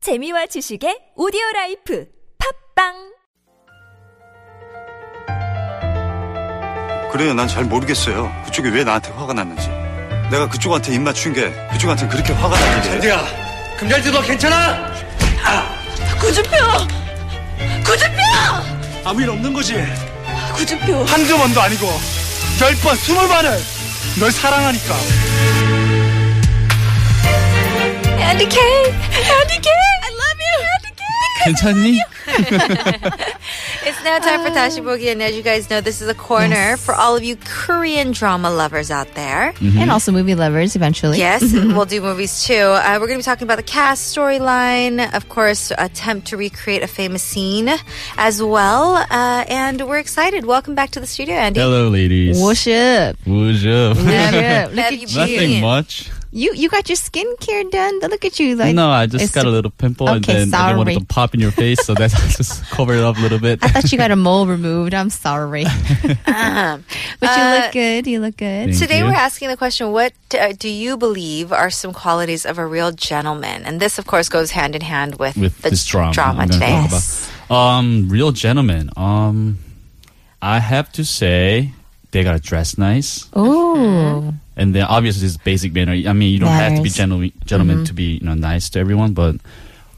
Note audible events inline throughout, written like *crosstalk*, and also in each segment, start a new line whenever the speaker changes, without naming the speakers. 재미와 지식의 오디오 라이프 팝빵
그래요. 난 잘 모르겠어요. 그쪽이 왜 나한테 화가 났는지. 내가 그쪽한테 입 맞춘 게 그쪽한테 그렇게 화가 났는데.
현재야 금잔지 너 괜찮아?
구준표! 구준표!
아무 일 없는 거지
구준표!
한두 번도 아니고 열 번 스물 번을 널 사랑하니까
Andy K! Andy K! I love you! Andy K!
괜찮니?
It's now time for
Uh.
Tashi Boogie, and as you guys know, this is a corner for all of you Korean drama lovers out there.
Mm-hmm.
and also movie lovers eventually.
Yes, we'll do movies too. Uh, we're going to be talking about the cast, storyline, of course, attempt to recreate a famous scene as well. Uh, and we're excited. Welcome back to the studio, Andy.
Hello, ladies.
Worship.
What's up? *laughs*
Yeah,
Have
look at
you
you.
been-
Nothing much.
you. You got your skincare done. Look at you. Like
no, I just
it's-
got a little pimple and
Okay,
then I didn't want it
sorry.
to pop in your face, so that's *laughs* I just covered it up a little bit.
I thought you got a mole removed.
*laughs*
I'm sorry, but you
Uh,
look good. You look good.
Thank
Today,
you.
we're asking the question what uh, do you believe are some qualities of a real gentleman? And this, of course, goes hand in hand with,
with
the
this drama. I'm gonna
today.
talk about. Um, real gentlemen. Um, I have to say they gotta dress nice, Uh-huh.
Oh,
and then obviously it's basic manner. I mean, you don't have to be
Manners.
gentleman, gentleman
Mm-hmm.
to be you know nice to everyone, but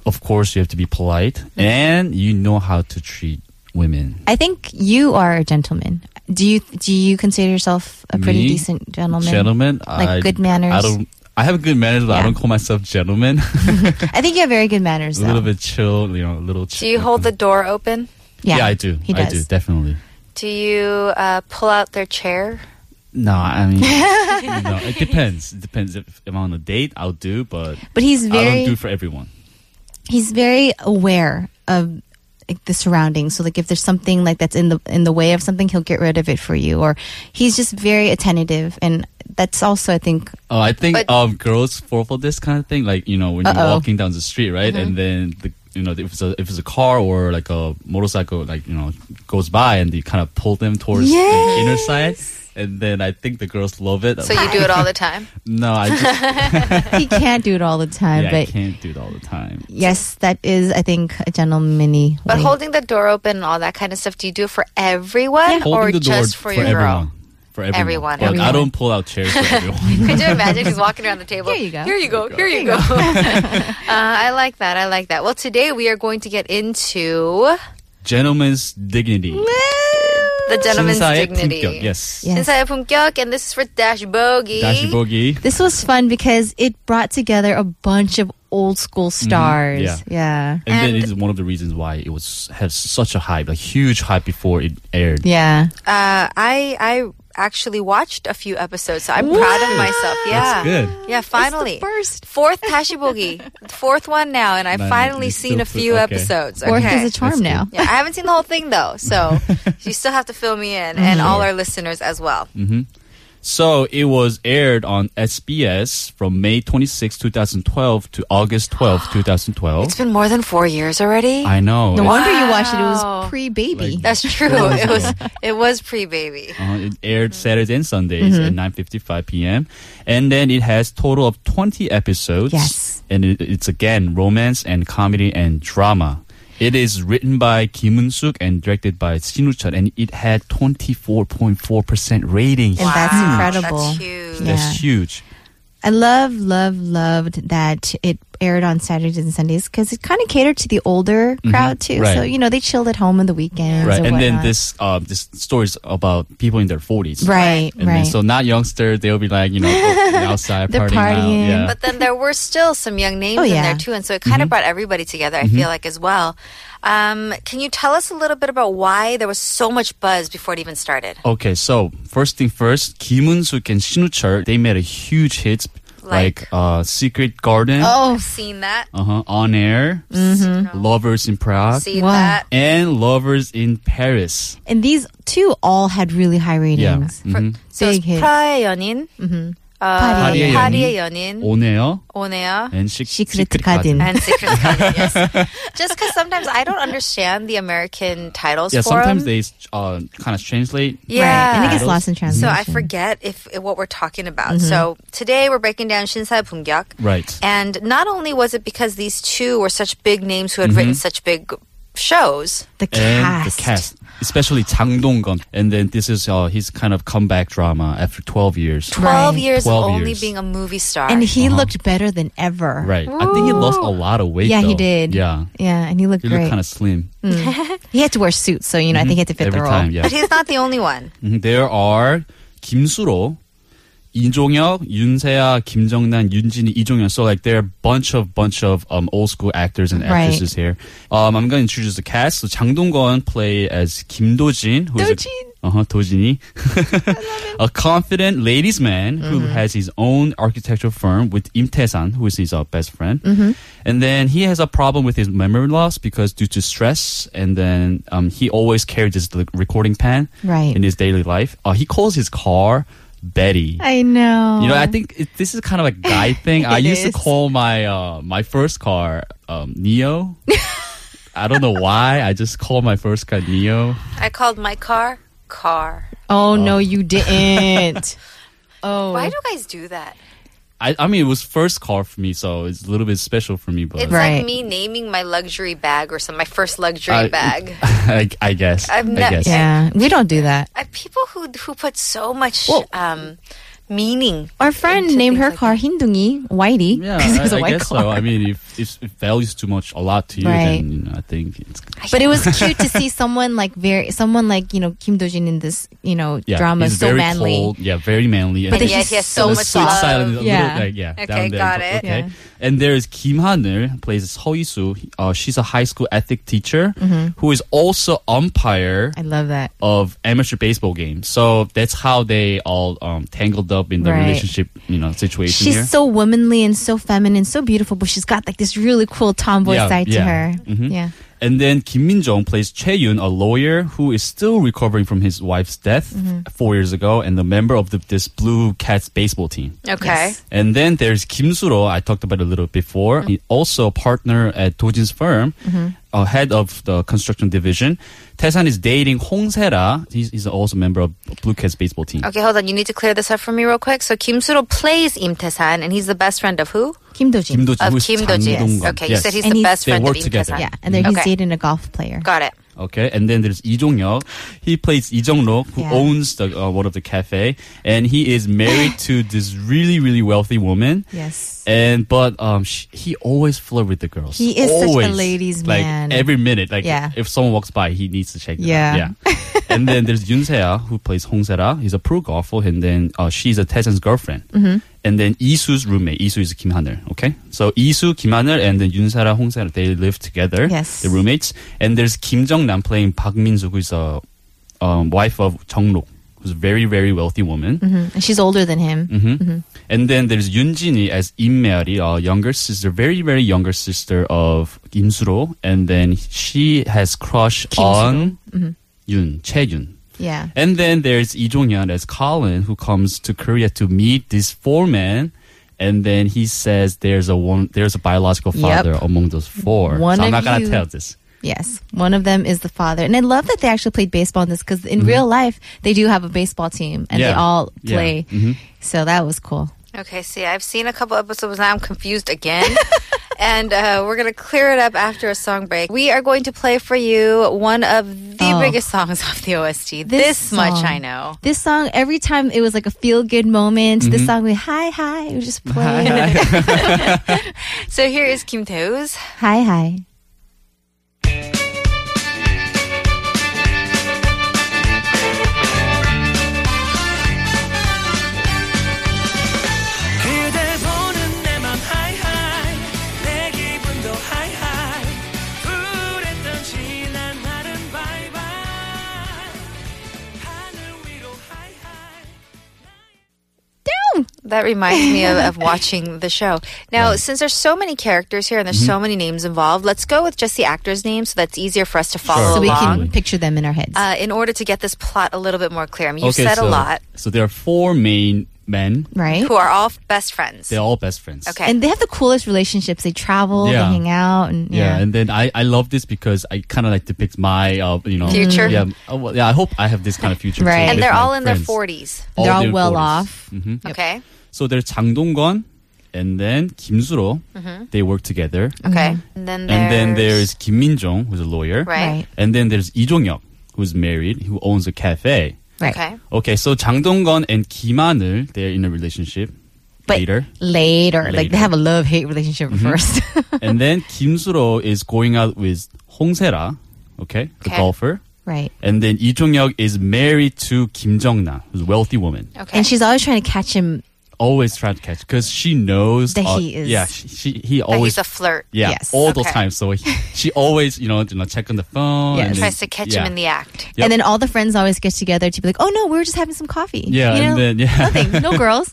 of course you have to be polite
Mm-hmm.
and you know how to treat women.
I think you are a gentleman. Do you do you consider yourself a pretty
Me?
decent gentleman?
Gentlemen, I,
Like good manners.
I don't. I have good manners, but I don't
Yeah.
call myself
*laughs*
gentleman. *laughs*
I think you have very good manners.
a little
Though.
bit chill, you know, a little.
Do you hold the door open?
Yeah,
I do.
He
I do
does.
definitely.
Do you uh, pull out their chair?
No, I
*laughs*
mean, no, it depends. It depends if, if I'm on a date, I'll do, but
But
I
he's very
don't do for everyone.
he's very aware of like, the surroundings so like if there's something like that's in the in the way of something he'll get rid of it for you or he's just very attentive and that's also i think *laughs*
Oh, I think
But-
um, girls fall for this kind of thing. Like you know, when you're
Uh-oh.
walking down the street, right,
Mm-hmm.
and then the you know if it's a if it's a car or like a motorcycle, like you know, goes by and you kind of pull them towards the inner side, and then I think the girls love it.
So you do it all the time?
no, I just
he can't do it all the time
yeah, I
but
can't do it all the time.
yes that is i think a gentleman
*laughs*
Mm.
But holding the door open and all that kind of stuff, do you do it for everyone or just for, your
everyone.
girl?
For everyone.
Everyone,
But I
everyone.
don't pull out
*laughs*
chairs for everyone.
Could you
*laughs*
imagine just walking around the table?
Here you go.
Here you go. Here you go. *laughs* uh, I like that. I like that. Well, today we are going to get into
Gentleman's dignity.
the gentleman's
신사의
dignity.
품격. Yes.
Yeah. Yes.
신사의 품격, and this is for Dash Bogey.
다시 보기.
this was fun because it brought together a bunch of old school stars
Mm-hmm. yeah.
yeah
And, then
And-
it is one of the reasons why it was has such a hype, like huge hype before it aired.
yeah
Uh, I I actually watched a few episodes, so I'm proud of myself. Yeah,
good.
Yeah, finally.
first.
Fourth Tashibogi. fourth one now, and I've
Man,
finally
it's
seen
so
a few
good. Okay.
episodes.
or
Okay.
he's a charm
That's good.
now
yeah, I haven't seen the whole thing though, *laughs* so you still have to fill me in, and all our listeners as well.
So it was aired on SBS from May 26, 2012 to August 12, 2012.
It's been more than four years already.
I know.
no
It's-
wonder you watched it it
Wow.
was
Like-
*laughs*
pre-baby
That's true. it was it was pre baby.
Uh, it aired Saturdays and Sundays at 9:55 p.m. and then it has total of 20 episodes.
Yes.
and it, it's again romance and comedy and drama. It is written by Kim Eun Suk and directed by Shin Woo Chun, and it had 24.4 percent rating.
and that's incredible
That's huge.
Yeah.
That's huge.
I love, love, loved that it aired on Saturdays and Sundays because it kind of catered to the older crowd too. So
Mm-hmm. right.
you know they chilled at home on the weekends,
Right,
or
and then
whatnot.
this uh, this story is about people in their 40s.
right,
And
right.
then, so not youngster, they'll be like you know
*laughs*
outside
They're
partying.
partying.
Out. Yeah.
But then there were still some young names
Oh,
in there
yeah.
too, and so it kind of brought everybody together. I feel like as well. Um, can you tell us a little bit about why there was so much buzz before it even started?
Okay, so first thing first, Kim Eun Suk and Shin Woo Chul they made a huge hits like,
Like?
uh, Secret Garden,
oh, Mm-hmm.
I've seen that.
uh-huh, On Air, Lovers in Prague,
Seen
Wow.
that.
and Lovers in Paris.
and these two all had really high
Yeah,
ratings.
mhm.
So it's Mm-hmm.
Big hit.
Prae Oh. Yeonin, 어,
연인.
파리의
파리의 연인
오네요.
오네요.
And Secret,
Mm. Secret Garden.
And Secret Garden, yes. Just because sometimes I don't understand the American titles
Yeah,
for 'em.
sometimes they uh, kind of translate.
Yeah.
Right. And it gets lost in
So
translation.
I
Mm-hmm.
forget if what we're talking about. So today we're breaking down Shinsai Bungyak.
Right.
And not only was it because these two were such big names who had written
Mm-hmm.
such big shows.
The
and
cast.
the cast, especially Chang Dong-gun. And then this is uh, his kind of comeback drama after 12 years.
12
Right.
years
12
of only
years.
being a movie star.
And he looked better than ever.
Uh-huh. Right. I think he lost a lot of weight.
Yeah, he
though.
did.
Yeah.
Yeah, and he looked
He looked
great.
kind of slim.
he had to wear suits, so you know I think he had to fit
Mm-hmm. Every
the role.
time, yeah.
but he's not the only one.
Mhm. There are Kim Suro, 이종혁, 윤세아, 김정난, 윤진이, 이종현. So like there are a bunch of bunch of um, old school actors and
Right.
actresses here. Um, I'm going to introduce the cast. So Chang Dong-gun play as Kim Do-jin, who is a, uh-huh, Do-jin이, *laughs* a confident ladies man who
Mm-hmm.
has his own architectural firm with Im Tae-san, who is his uh, best friend.
Mm-hmm.
And then he has a problem with his memory loss because due to stress, and then um, he always carries his like, recording pen
Right.
in his daily life. Uh, he calls his car Betty.
I know.
You know, I think it, this is kind of a
*laughs*
guy thing. I
It
used to
is.
call my uh, my first car um,
*laughs*
Neo. I don't know why. I just called my first car Neo.
I called my car car.
Oh, no,
*laughs*
you didn't. oh,
Why do guys do that?
I, I mean, it was first car for me, so it's a little bit special for me. But
It's
Right.
like me naming my luxury bag or some my first luxury
I-
bag.
I, *laughs* I guess. i
I've ne-
guess.
yeah, we don't do that.
Uh, people who who put so much um, meaning.
Our friend
into
named
things
her
like
car Hindungi Whitey *laughs*
Yeah,
because it was
I,
a
I
white
guess
car.
so. I mean, if, if it values too much, a lot to you,
Right.
then you know, I think it's
but it was cute
*laughs*
to see someone like very someone like you know Kim Dojin in this you know
yeah,
drama
he's
so
very
manly.
Cold, yeah, very manly.
But
and
yet he has so
the
much
sweet
love.
side of the
Yeah.
little, like, yeah,
Okay,
down there,
got
but-
it.
Okay,
Yeah.
and there is Kim Hanul, plays Seo Yisu. Uh, she's a high school ethic teacher
Mm-hmm.
who is also umpire
I love that.
of amateur baseball games. So that's how they all um, tangled up in the
Right.
relationship, you know, situation
She's
here.
so womanly and so feminine, so beautiful, but she's got like this really cool tomboy
Yeah,
side to
yeah.
her.
Mhm.
Yeah.
And then Kim Min Jong plays Che Yun, a lawyer who is still recovering from his wife's death
Mm-hmm.
four years ago, and a member of the, this Blue Cats baseball team.
Okay.
And then there's Kim Suro, I talked about a little before, He
Mm-hmm.
also a partner at Dojin's firm, uh, head of the construction division. Taesan is dating Hong Sera. He's, he's also a member of Blue Cats baseball team.
Okay, hold on. You need to clear this up for me real quick. So Kim Soo-ro plays Im Tae-san, and he's the best friend of who?
Kim Dojin.
Kim Do
Of
who is
Kim
Chang
Do-jin.
Dong-gun.
Okay,
yes.
you said he's
And
the
he's-
best
They
friend of
work
Im
together.
Tae-san.
yeah, and then he's
Okay.
dating a golf player.
Got it.
Okay, and then there's Lee Jong Yeok. He plays Lee Jong Rook, who
Yeah.
owns the uh, one of the cafe, and he is
*gasps*
married to this really really wealthy woman.
Yes.
And but um, she, he always flirt with the girls.
He is such a
Always.
ladies'
like,
man.
Every minute, like
Yeah.
if someone walks by, he needs to check. Them
Yeah.
out. yeah. and then there's Yoon Se-ah, who plays Hong Se-ra. He's a pro golfer, and then uh, she's a Taesan's girlfriend.
Mm-hmm.
And then Isu's roommate. Isu is Kim Han-il. Okay, so Isu, Kim Han-il, and then Yoon Se-ra, Hong Se-ra, they live together.
Yes.
the roommates. And there's Kim Jong Nam playing Park Min Soo, who's a um, wife of Jung Rook, who's a very very wealthy woman.
Mhm. And she's older than him.
Hmm? And then there's Yunjini as Im Meari, a younger sister, very very younger sister of Kim Suro, and then she has crush on Yun Che Yun.
Yeah.
And then there's Lee Jong Yeon as Colin, who comes to Korea to meet these four men. And then he says there's a one, there's a biological
Yep.
father among those four.
One
so I'm not
of
gonna
you.
tell this.
Yes, one of them is the father, and I love that they actually played baseball in this because in real life they do have a baseball team and they
Mm-hmm. Yeah.
all
Yeah. Mm-hmm.
play. So that was cool.
Okay, see, I've seen a couple episodes now. I'm confused again.
*laughs*
and uh, we're going to clear it up after a song break. We are going to play for you one of the
Oh.
biggest songs *laughs* off the OST. This, much
song-
I know.
This song, every time it was like a feel good moment.
Mm-hmm.
This song, we hi hi, we just play hi
So here is Kim Tae's.
*laughs* hi.
그대 보는 내 맘 하이하이 내 기분도 하이하이 그랬던 지난 날은 바이바이 하늘 위로 하이하이
That reminds me of,
*laughs*
of watching the show. Now, since there's so many characters here and there's
Mm-hmm.
so many names involved, let's go with just the actors' names so that's easier for us to follow
So we
along.
can picture them in our heads.
uh, in order to get this plot a little bit more clear, I mean, you've said
so,
a lot.
So there are four main men.
right?
who are all best friends.
They're all best friends.
Okay.
And they have the coolest relationships. They travel,
Yeah.
they hang out, and
Yeah,
yeah.
and then I, I love this because I kind of like depicts my uh, you know
Future.
Yeah, oh, well, yeah. I hope I have this kind of future. too
Right.
with
and they're
my
all in their
friends. Mm-hmm.
40s.
They're all
their
well
40s.
off.
Okay.
So there's 장동건 and then Kim Suro. They work together.
Okay.
Mm-hmm.
And then there's,
And then there's Kim Min Jong, who's a lawyer.
right.
And then there's Lee Jong Hyuk, who's married, who owns a cafe.
Right.
Okay.
Okay, so 장동건 and Kim Anul, they're in a relationship
But
later.
later,
Later. Mm-hmm.
like they have a love hate relationship first. *laughs*
and then Kim Suro is going out with Hong Sera, okay, the
Okay.
golfer.
right.
And then Lee Jong Hyuk is married to Kim Jong Na, who's a wealthy woman.
Okay.
And she's always trying to catch him.
Always trying to catch because she knows
That he is-
Yeah, she, she he
That
always
he's a flirt.
yeah
Yes.
all the
Okay.
time. So he, she always you know, you know check on the phone.
Yes.
and then-
Tries to catch
yeah.
him in the act.
Yep.
And then all the friends always get together to be like, oh no, we were just having some coffee.
Yeah,
You
and
know?
then- yeah.
Nothing.
*laughs*
No girls.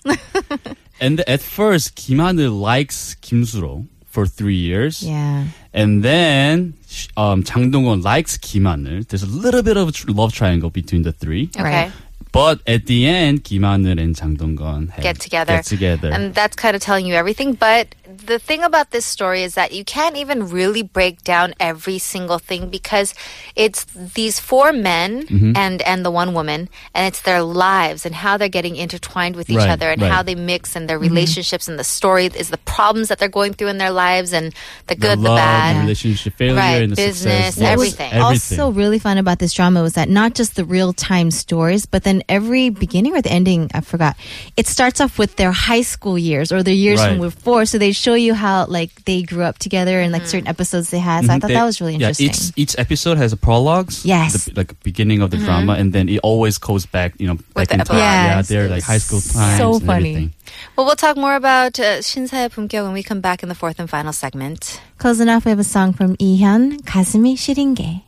And at first, Kim Hanul likes Kim Suro for three years.
*laughs* yeah.
And then sh- um, Jang Dong-won likes Kim Hanul. There's a little bit of a tr- love triangle between the three.
Okay.
Right.
But at the end, Kim Hanul and Jang Dong-won have-
Get together.
Get together.
And that's kind of telling you everything. But the thing about this story is that you can't even really break down every single thing because it's these four men
Mm-hmm.
and, and the one woman, and it's their lives and how they're getting intertwined with each
Right,
other and
right. Mm-hmm.
how they mix and their relationships and the story is the problems that they're going through in their lives and the
the
good, the,
love,
bad.
the relationship failure,
Right,
and the
business,
success. Yes,
everything.
What was
everything.
also really fun about this drama was that not just the real time stories, but then every beginning or the ending, I forgot, it starts off with their high school years or their years
Right.
when we were four. So they show you how like they grew up together and
Mm-hmm.
like certain episodes they had. So I
Mm-hmm.
thought
They-
that was really
yeah,
interesting.
each, each episode has a prologues.
Yes.
The, like beginning of the drama, and then it always goes back, you know, back
Mm-hmm. the
in time.
epilogue.
Yeah,
Yes.
they're like high school times.
So
and
funny.
everything.
Well, we'll talk more about uh, Shinsae Pumkyo when we come back in the fourth and final segment.
Closing off, we have a song from Ihyun, 가슴이 시린 게.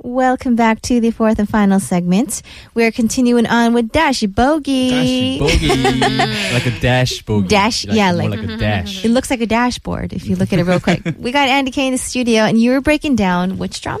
Welcome back to the fourth and final segment. We're continuing on with Dashi
Dash
Bogey.
bogey. like a dash bogey.
Dash-
Like,
yeah,
more
like-
like a
Mm-hmm.
dash.
It looks like a dashboard if you look at it real
*laughs*
quick. we got Andy Kay in the studio, and you were breaking down which drama?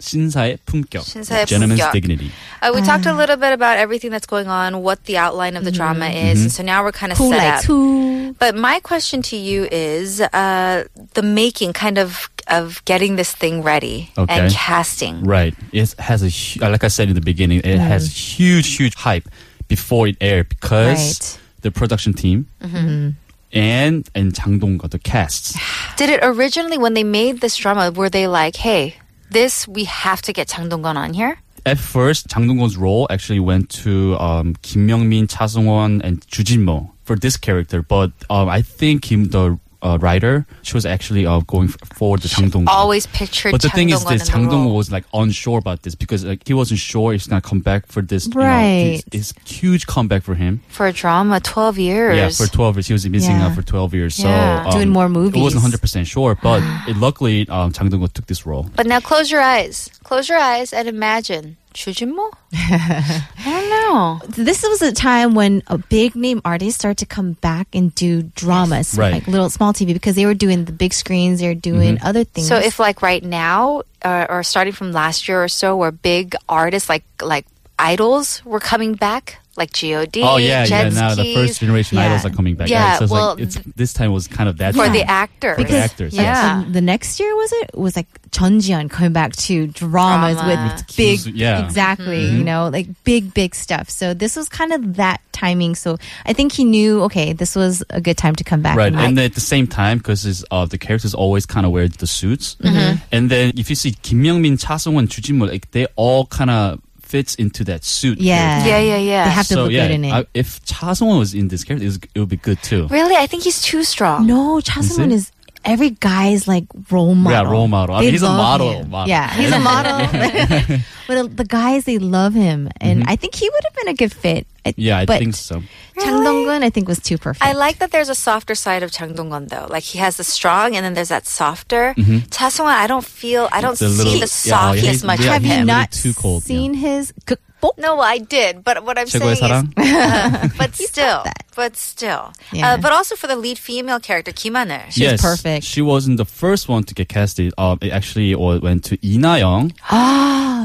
신사의 품격.
신사의
Gentleman's
품격.
dignity.
Uh, we talked a
Um,
little bit about everything that's going on, what the outline of the drama
Mm-hmm.
is, and so now we're kind of
Who
set
likes
up.
who?
But my question to you is uh, the making, kind of, of getting this thing ready
Okay.
and casting.
Right. It has a hu- uh, like I said in the beginning, it has
Mm-hmm.
huge huge hype before it aired because
Right.
the production team
Mm-hmm.
Mm-hmm. and and Jang Dong got the
*sighs*
casts.
Did it originally, when they made this drama, were they like, "Hey, this we have to get Chang Dong-gun on here"?
At first, Jang Dong Gun's role actually went to um, Kim Myung Min, Cha Sung Won, and Ju Jin Mo for this character. But um, I think him the uh, writer she was actually uh, going f- for the Jang Dong. Gun.
Always pictured.
But the
Chang
thing is,
Dong-gun
this
in the
Chang Dong
role.
was like unsure about this because like he wasn't sure if he's gonna come back for this.
Right.
You know, his, his huge comeback for him.
for a drama, twelve
Yeah,
years.
for 12 years. He was missing
Yeah.
out for 12 years.
Yeah.
So, um,
Doing more
It
movies.
wasn't 100% sure,
*sighs*
but it, luckily, um, Jang Dong-ho took this role.
But now close your eyes. Close your eyes and imagine.
*laughs*
Chujinmo? I don't know.
This was a time when a big name artist started to come back and do dramas,
Right. Mm-hmm.
like little small TV, because they were doing the big screens, they were doing other things.
So if like right now uh, or starting from last year or so where big artists like like idols were coming back like GOD,
Oh, yeah, yeah.
Jet
Now the
Skis,
first generation
Yeah.
idols are coming back.
Yeah,
right? So it's
well,
like, it's, this time was kind of that
for
time.
the actors.
For the actors, yes.
yeah.
And the next year was it? It was like Chun Jian coming back to dramas
Drama.
with
With
big,
Kyusu- yeah. Mm-hmm.
exactly, you know, like big, big stuff. So this was kind of that timing. So I think he knew, okay, this was a good time to come back.
Right,
like-
and then at the same time, because uh, the characters always kind of wear the suits,
Mm-hmm.
and then if you see Kim Myung Min, Cha Sung Won, Ju Jin Mo, like they all kind of fits into that suit.
yeah,
Yeah, yeah, yeah.
They have
character.
to
So
look
yeah,
good in it.
I- if Cha Sung Won was in this character, it, was, it would be good too.
Really? I think he's too strong.
Oh, No, Chasun is every guy's like role model.
Yeah, role model. I mean,
They
he's a
love
model,
him.
model.
Yeah, he's *laughs* a model. but the guys, they love him, and I think he would have been a good fit I,
Mm-hmm. Yeah, I
but
think so.
Chang Dong-gun, I think, was too perfect.
I like that there's a softer side of Chang Dong-gun though. Like he has the strong, and then there's that softer. Cha sung I don't feel, I don't
It's a Mm-hmm. little-
see the
yeah, oh,
soft
yeah,
as
he's-
much
yeah,
of
Have you
a
him.
little
not
too cold, yeah.
seen his cookbook?
No, I did, but what I'm saying
최고의 사랑?
is,
*laughs*
*laughs* but still, but still,
Yeah.
uh, but also for the lead female character Kim Hanul.
She was perfect.
She wasn't the first one to get casted. Um, it actually wa- went to Ina
*gasps*
Young,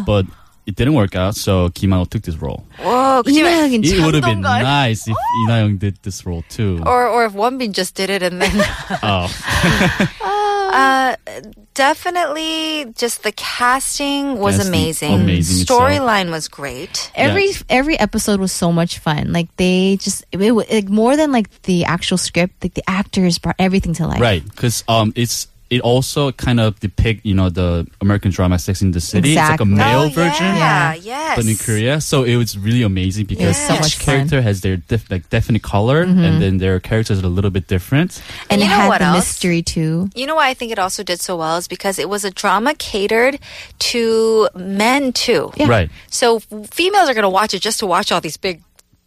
but it didn't work out. So Kim Hanul took this
*laughs*
role.
Whoa, could you-
이나영인
It would have been
장동건.
nice
*gasps*
if Ina Young did this role too.
or or if Wonbin just did it and then.
*laughs* oh,
*laughs* Uh, definitely just the casting was
Casting,
amazing.
amazing itself.
Storyline was great.
every every episode was so much fun. Like they just it, wa- like more than like the actual script, like the actors brought everything to life.
right, because um, it's it also kind of depict you know the American drama Sex in the City. It's
Exactly.
like a male
oh,
version.
Yeah, yes.
But in Korea, so it was really amazing because
so much
each
fun. Mm-hmm.
character has their def- like definite color, and then their characters are a little bit different.
And
You
it
know
had
what
the
else?
mystery too.
You know why I think it also did so well is because it was a drama catered to men too.
Yeah.
Right.
So f- females are going to watch it just to watch all these big,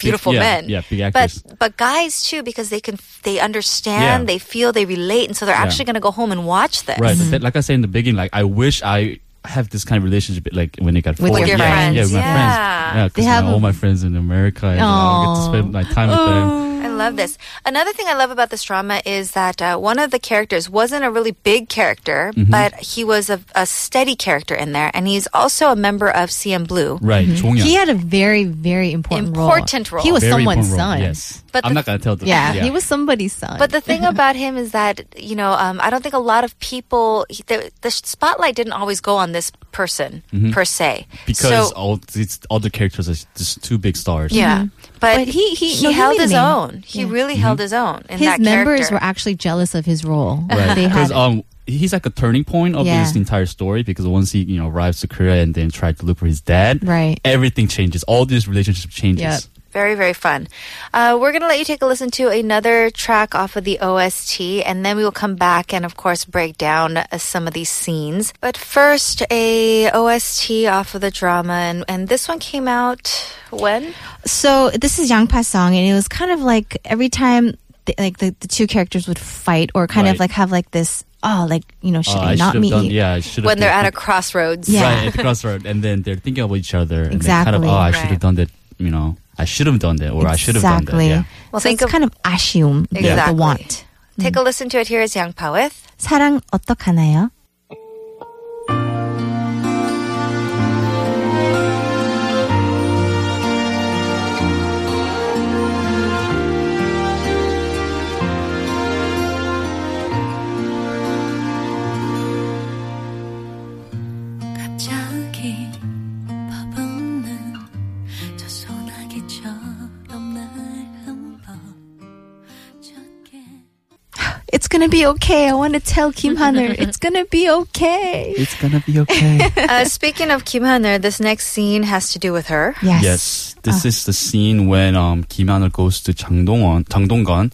beautiful
yeah,
men.
yeah, big actors.
But but guys too because they can they understand,
Yeah.
they feel, they relate, and so they're actually going to go home and watch this.
Right. But that- like I said in the beginning, like I wish I have this kind of relationship like when it got
With
forward.
your
yeah,
friends.
Yeah, with my
Yeah.
friends. Yeah,
They
because
have
all
a-
my friends in America and I get to
Aw. Oh.
spend my time with them.
I love this. Another thing I love about this drama is that uh, one of the characters wasn't a really big character,
Mm-hmm.
but he was a, a steady character in there, and he's also a member of CM Blue.
Right. 종양.
He had a very very important role.
Important role.
He was
Very
someone's
important role,
son.
Yes.
But
I'm
the-
not gonna tell them.
Yeah, he was somebody's son.
But the
*laughs*
thing about him is that you know um, I don't think a lot of people he- the, the spotlight didn't always go on this person per se
Mm-hmm. because
So-
all these other characters are just two big stars.
yeah,
Mm-hmm.
but,
But he- he- no, he
held his
made the name.
own. He really held his own in
his
that
members
character.
were actually jealous of his role.
Right.
They
Because
had
um he's like a turning point of
Yeah.
his entire story because once he, you know, arrives to Korea and then tried to look for his dad.
Right.
Everything changes. All this relationship changes.
Yep.
Very, very fun. Uh, we're going to let you take a listen to another track off of the OST, and then we will come back and, of course, break down uh, some of these scenes. But first, a OST off of the drama, and, and this one came out when?
So this is Yang Pa's song, and it was kind of like every time, the, like the, the two characters would fight, or kind of
Right.
like have like this, oh, like you know, should
Uh,
I
I
not
should've
meet
done,
you?
Yeah, I should have
When they're at a crossroads.
Yeah.
right at the crossroad, and then they're thinking about each other. And they're Kind of,
Exactly.
oh, I
Right.
should have done that. You know, I should have done that, or I should have done that.
Exactly.
Yeah.
Well,
Well, so
think
it's
of-
kind of assume the- the,
Exactly.
want.
Take a listen to it. Here is Yang Pa
*laughs*
with.
사랑 어떡하나요?
갑자기 퍼붓는 저 소나기처럼 날 한번 젖게
*sighs* It's gonna be okay. I want to tell Kim Hanul. It's gonna be okay.
It's gonna be okay.
Uh, speaking of Kim Hanul, this next scene has to do with her.
*laughs* Yes. Uh,
yes, this is the scene when um, Kim Hanul goes to Chang Dong-won, Chang Dong-gun,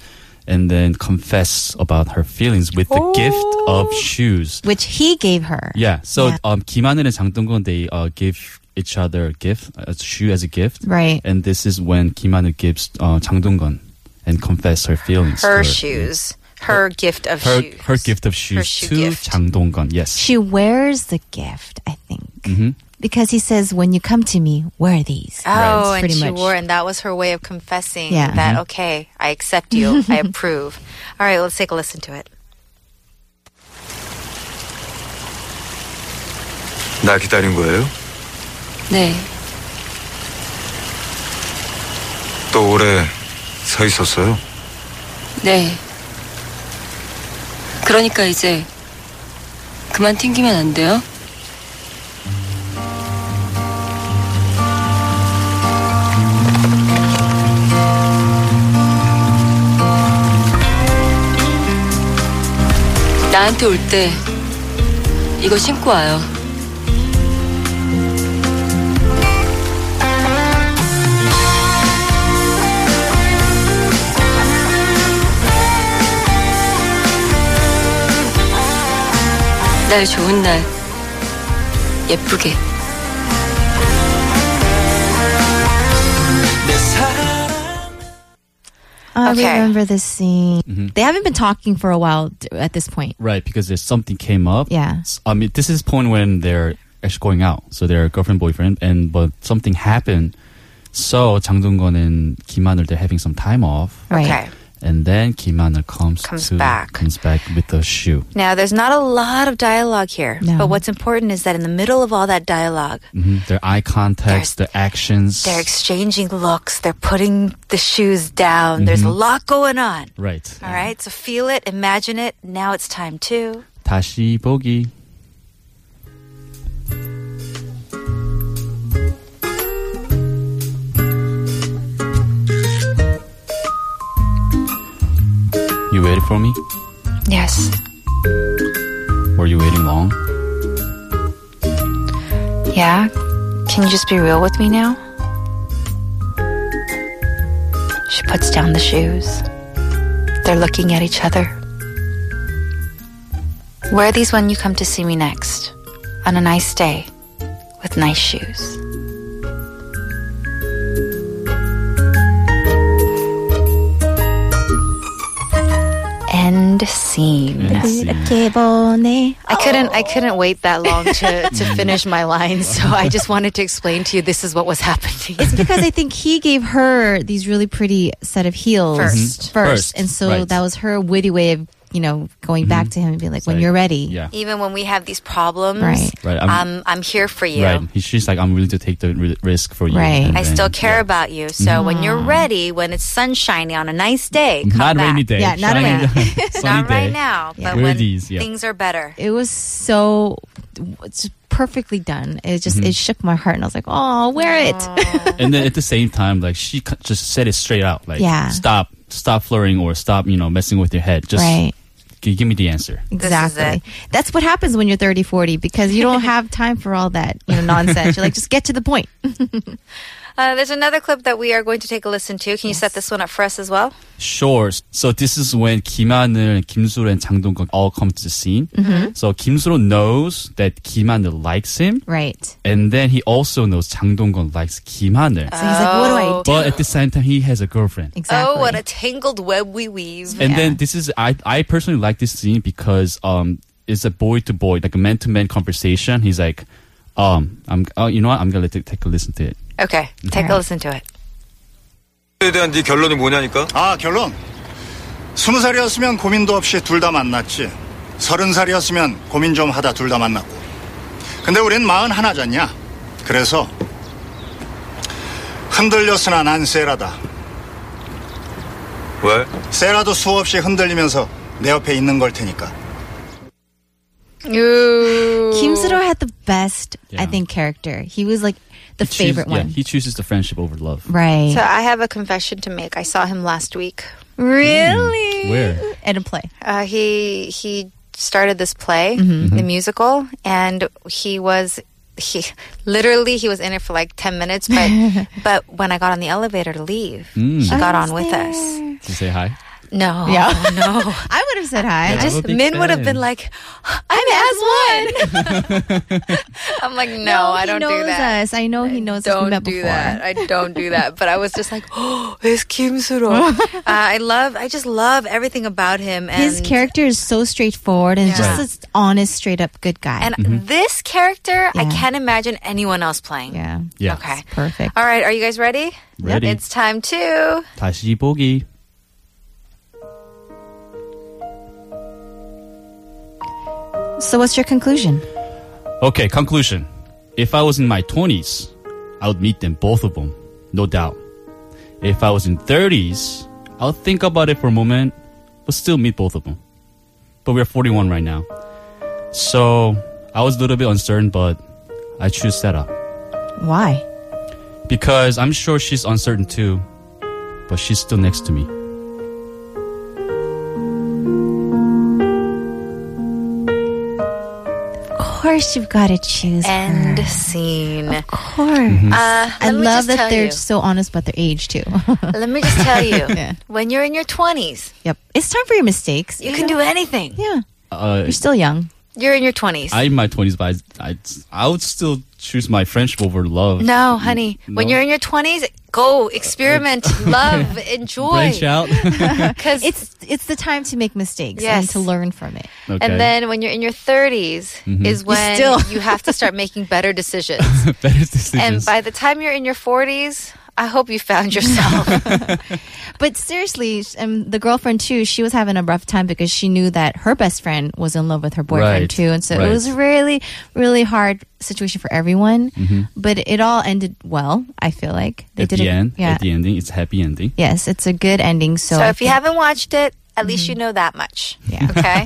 and then confess about her feelings with the gift of shoes.
Which he gave her.
Yeah. So
Oh. Yeah.
um, Kim Hanul and Chang Dong-gun they uh, give each other a gift, a shoe as a gift,
Right.
and this is when Kim Hanul gives uh, Chang Dong-gun and confess her feelings.
Her
to
shoes. Her, gift of
Her,
shoes.
her gift of shoes
shoe
to
gift.
Chang Dong-gun. Yes.
She wears the gift, I think,
Mm-hmm.
because he says, "When you come to me, wear these."
Oh, and
Pretty
she
much.
wore, and that was her way of confessing
Yeah. Mm-hmm.
that, okay, I accept you,
*laughs*
I approve. All right, let's take a listen to it.
날 기다린 거예요?
네,
또 오래 서 있었어요?
네. 그러니까 이제 그만 튕기면 안 돼요? 나한테 올 때 이거 신고 와요. 날 좋은 날 예쁘게
내 사랑
I
Okay.
remember this scene.
Mm-hmm.
They haven't been talking for a while d- at this point.
Right, because there's something came up.
Yeah.
S- I mean, this is point when they're actually going out. So they're girlfriend, boyfriend, and but something happened. So Chang Dong-gun and Kim Hanul, they're having some time off.
Right.
Okay.
And then Kim Hanul comes,
Comes
to,
back.
Comes back with a shoe.
Now, there's not a lot of dialogue here,
No.
but what's important is that in the middle of all that dialogue,
hmm Their eye contacts, their actions.
they're exchanging looks, they're putting the shoes down, there's
Mm-hmm.
a lot going on.
right.
All right, so feel it, imagine it. Now it's time to.
다시 보기. You waited for me?
Yes,
Were you waiting long?
yeah. Can you just be real with me now? She puts down the shoes. They're looking at each other. Wear these when you come to see me next, on a nice day, with nice shoes. End scene.
이렇게 보내.
I couldn't
Oh.
I couldn't wait that long to,
*laughs*
to finish my line, so I just wanted to explain to you this is what was
*laughs*
happening.
Mhm.
It's because I think he gave her these really pretty set of heels
1st
First,
and so
right. Mm-hmm.
that was her witty way of you know going back to him and being like, "When
like,
you're ready,
Yeah.
Even when we have these problems,
Right.
Right,
I'm,
I'm-
um, I'm here for you.
Right. He- She's like, I'm willing to take the ri- risk for you.
Right.
and
I
then-
still care about you. So when you're ready, when it's sunshiny on a nice day, come
Not
back.
rainy day.
Yeah, not
shiny
rainy
day,
*laughs*
sunny
Not
day.
right now,
Yeah.
but when
Birdies, yeah.
things are better.
it was so it's perfectly done. It just
Mm-hmm.
it shook my heart, and I was like, "Oh, wear it." *laughs*
and then at the same time, like she c- just said it straight out, like,
Yeah.
stop, stop flirting or stop, you know, messing with your head. Just
Right.
g- give me the answer.
exactly.
it.
That's what happens when you're 30, 40 because you
*laughs*
don't have time for all that you know nonsense. You're like, just get to the point. *laughs*
Uh, there's another clip that we are going to take a listen to. Can you set this one up for us as well?
Sure. So this is when 김하늘, 김수로, and 장동건 all come to the scene.
Mm-hmm.
So 김수로 knows that 김하늘 likes him,
Right.
and then he also knows 장동건 likes 김하늘.
So he's like, "What do I?" do?
but at the same time, he has a girlfriend.
Exactly.
Oh, what a tangled web we weave.
And then this is I I personally like this scene because um it's a boy to boy like a man to man conversation. He's like, um I'm oh you know what I'm gonna t- take a listen to it.
Okay, take a listen to it.
에 대한 네 결론이 뭐냐니까?
아, 결론. 스무 살이었으면 고민도 없이 둘 다 만났지. 서른 살이었으면 고민 좀 하다 둘 다 만났고. 근데 우린 마흔 하나잖냐. 그래서 흔들렸으나 난 세라다.
왜?
세라도 수없이 흔들리면서 내 옆에 있는 걸 테니까.
Kim Soo-ro had the best,
Yeah.
I think, character. He was like the
He chooses-
favorite one.
Yeah, he chooses the friendship over love.
right.
So I have a confession to make. I saw him last week.
really?
Hmm. Mm. Where?
And a play.
Uh, he he started this play,
Mm-hmm.
Mm-hmm.
the musical, and he was he literally he was in it for like ten minutes.
*laughs*
But but when I got on the elevator to leave,
Hmm.
he got on with us.
To say hi.
No, Oh,
Yeah.
no.
*laughs* I would have said hi.
Yeah. I'm a
Just
Just
big
Min would have
fan.
been like, I'm as one. I'm like, no, I
he
don't do
knows
that.
Us. I know he knows us. We
don't
met
do
before.
that.
*laughs*
I don't do that. But I was just like, *gasps* oh, it's Kim Soo-ro.
*laughs*
uh, I love, I just love everything about him. And
His character is so straightforward and
Yeah.
just an honest, straight up good guy.
And
Mm-hmm.
this character, I
Yeah.
can't imagine anyone else playing.
yeah,
Yeah.
Okay.
perfect.
All right. Are you guys ready?
Ready.
It's time to.
다시 보기.
So, what's your conclusion?
Okay, conclusion. If I was in my 20s, I would meet them, both of them, no doubt. If I was in 30s, I'll think about it for a moment, but still meet both of them. But we're 41 right now. So I was a little bit uncertain, but I choose Sarah.
Why?
Because I'm sure she's uncertain too, but she's still next to me.
Of course, you've got to choose.
End
her.
scene.
of course.
Mm-hmm.
Uh,
I
let me
love
just
that
tell
they're
you.
so honest about their age too. *laughs*
Let me just tell you,
Yeah.
when you're in your 20s,
yep, it's time for your mistakes.
you can do anything.
Yeah,
Uh,
you're still young.
You're in your 20s.
I'm in my 20s, but I, I, I would still choose my friendship over love.
no, honey. When
No. Uh,
you're in your 20s, go experiment,
*laughs*
love, enjoy.
Branch out. *laughs*
'Cause-
It's it's the time to make mistakes
Yes.
and to learn from it.
Okay.
And then when you're in your 30s is when you,
still-
have to start making better decisions.
*laughs* better decisions.
and by the time you're in your 40s, I hope you found yourself.
But seriously, sh- um, the girlfriend too, she was having a rough time because she knew that her best friend was in love with her boyfriend
Right,
too. And so
right.
it was a really, really hard situation for everyone. But it all ended well, I feel like. They
Mm-hmm. at
did
the
it.
end,
Yeah.
at the ending, it's happy ending.
Yes, it's a good ending. *laughs* So,
so
I
if you
think- Mm-hmm.
haven't watched it, at least you know that much. *laughs*
Yeah.
Okay.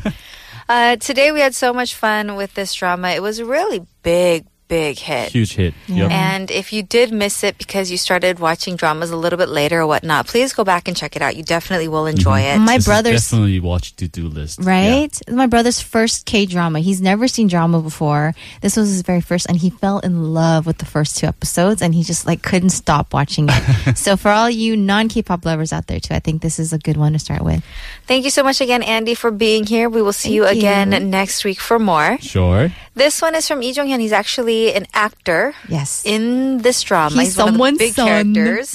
uh, today we had so much fun with this drama. It was a really big, big hit.
Huge Mm-hmm. hit. Yep.
And if you did miss it because you started watching dramas a little bit later or whatnot, please go back and check it out. You definitely will enjoy it.
my
This is
brother's
definitely watch to do list.
right? My brother's first K drama. He's never seen drama before. This was his very first, and he fell in love with the first two episodes, and he just like couldn't stop watching it. so for all you non K-pop lovers out there too, I think this is a good one to start with.
Thank you so much again, Andy, for being here. We will see you
Thank you.
again next week for more.
Yeah.
*laughs*
Sure.
This one is from Lee Jong Hyun. He's actually an actor
Yes,
in this drama.
He's
one of
someone's
the big
son.
characters.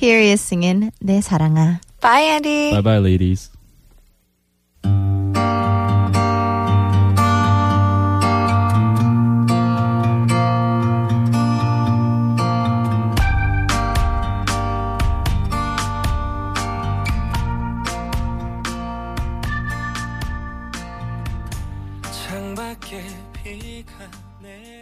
here he is singing "내 사랑아."
Bye, Andy.
bye bye, ladies.
창밖에 비가 내려